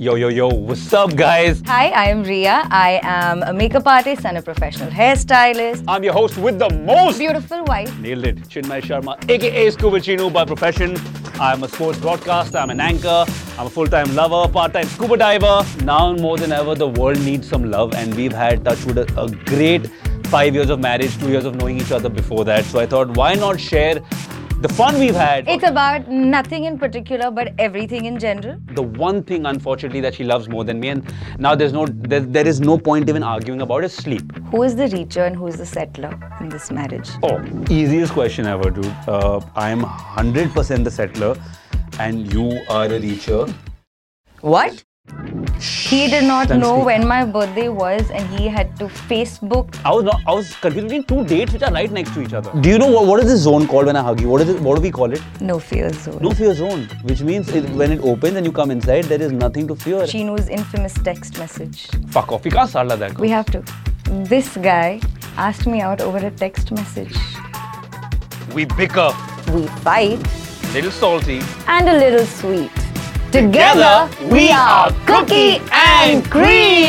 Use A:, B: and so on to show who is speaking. A: Yo, yo, yo, what's up, guys?
B: Hi, I am Ria. I am a makeup artist and a professional hairstylist.
A: I'm your host with the most.
B: Beautiful wife.
A: Nailed it. Chinmay Sharma, aka Scuba Chino by profession. I'm a sports broadcaster, I'm an anchor, I'm a full time lover, part time scuba diver. Now more than ever, the world needs some love, and we've had touch with a, a great five years of marriage, two years of knowing each other before that. So I thought, why not share the fun we've had?
B: It's about nothing in particular, but everything in general.
A: the one thing unfortunately that she loves more than me and now there's no there, there is no point even arguing about is sleep
B: Who is the reacher and who is the settler in this marriage?
A: oh easiest question ever dude uh, i'm 100% the settler and you are a reacher
B: What? He did not
A: Don't
B: know
A: speak.
B: when my birthday was, and he had to Facebook.
A: i was not i was confused between two dates which are right next to each other do you know what, what is this zone called when i hug you what is it what do we call it
B: No fear zone.
A: no fear zone which means it, when it opens and you come inside there is nothing to fear
B: Chinu's infamous text message.
A: fuck off you can't start like that
B: We have to. This guy asked me out over a text message.
A: we bicker
B: We fight
A: little salty
B: and a little sweet. Together, we are cookie and cream.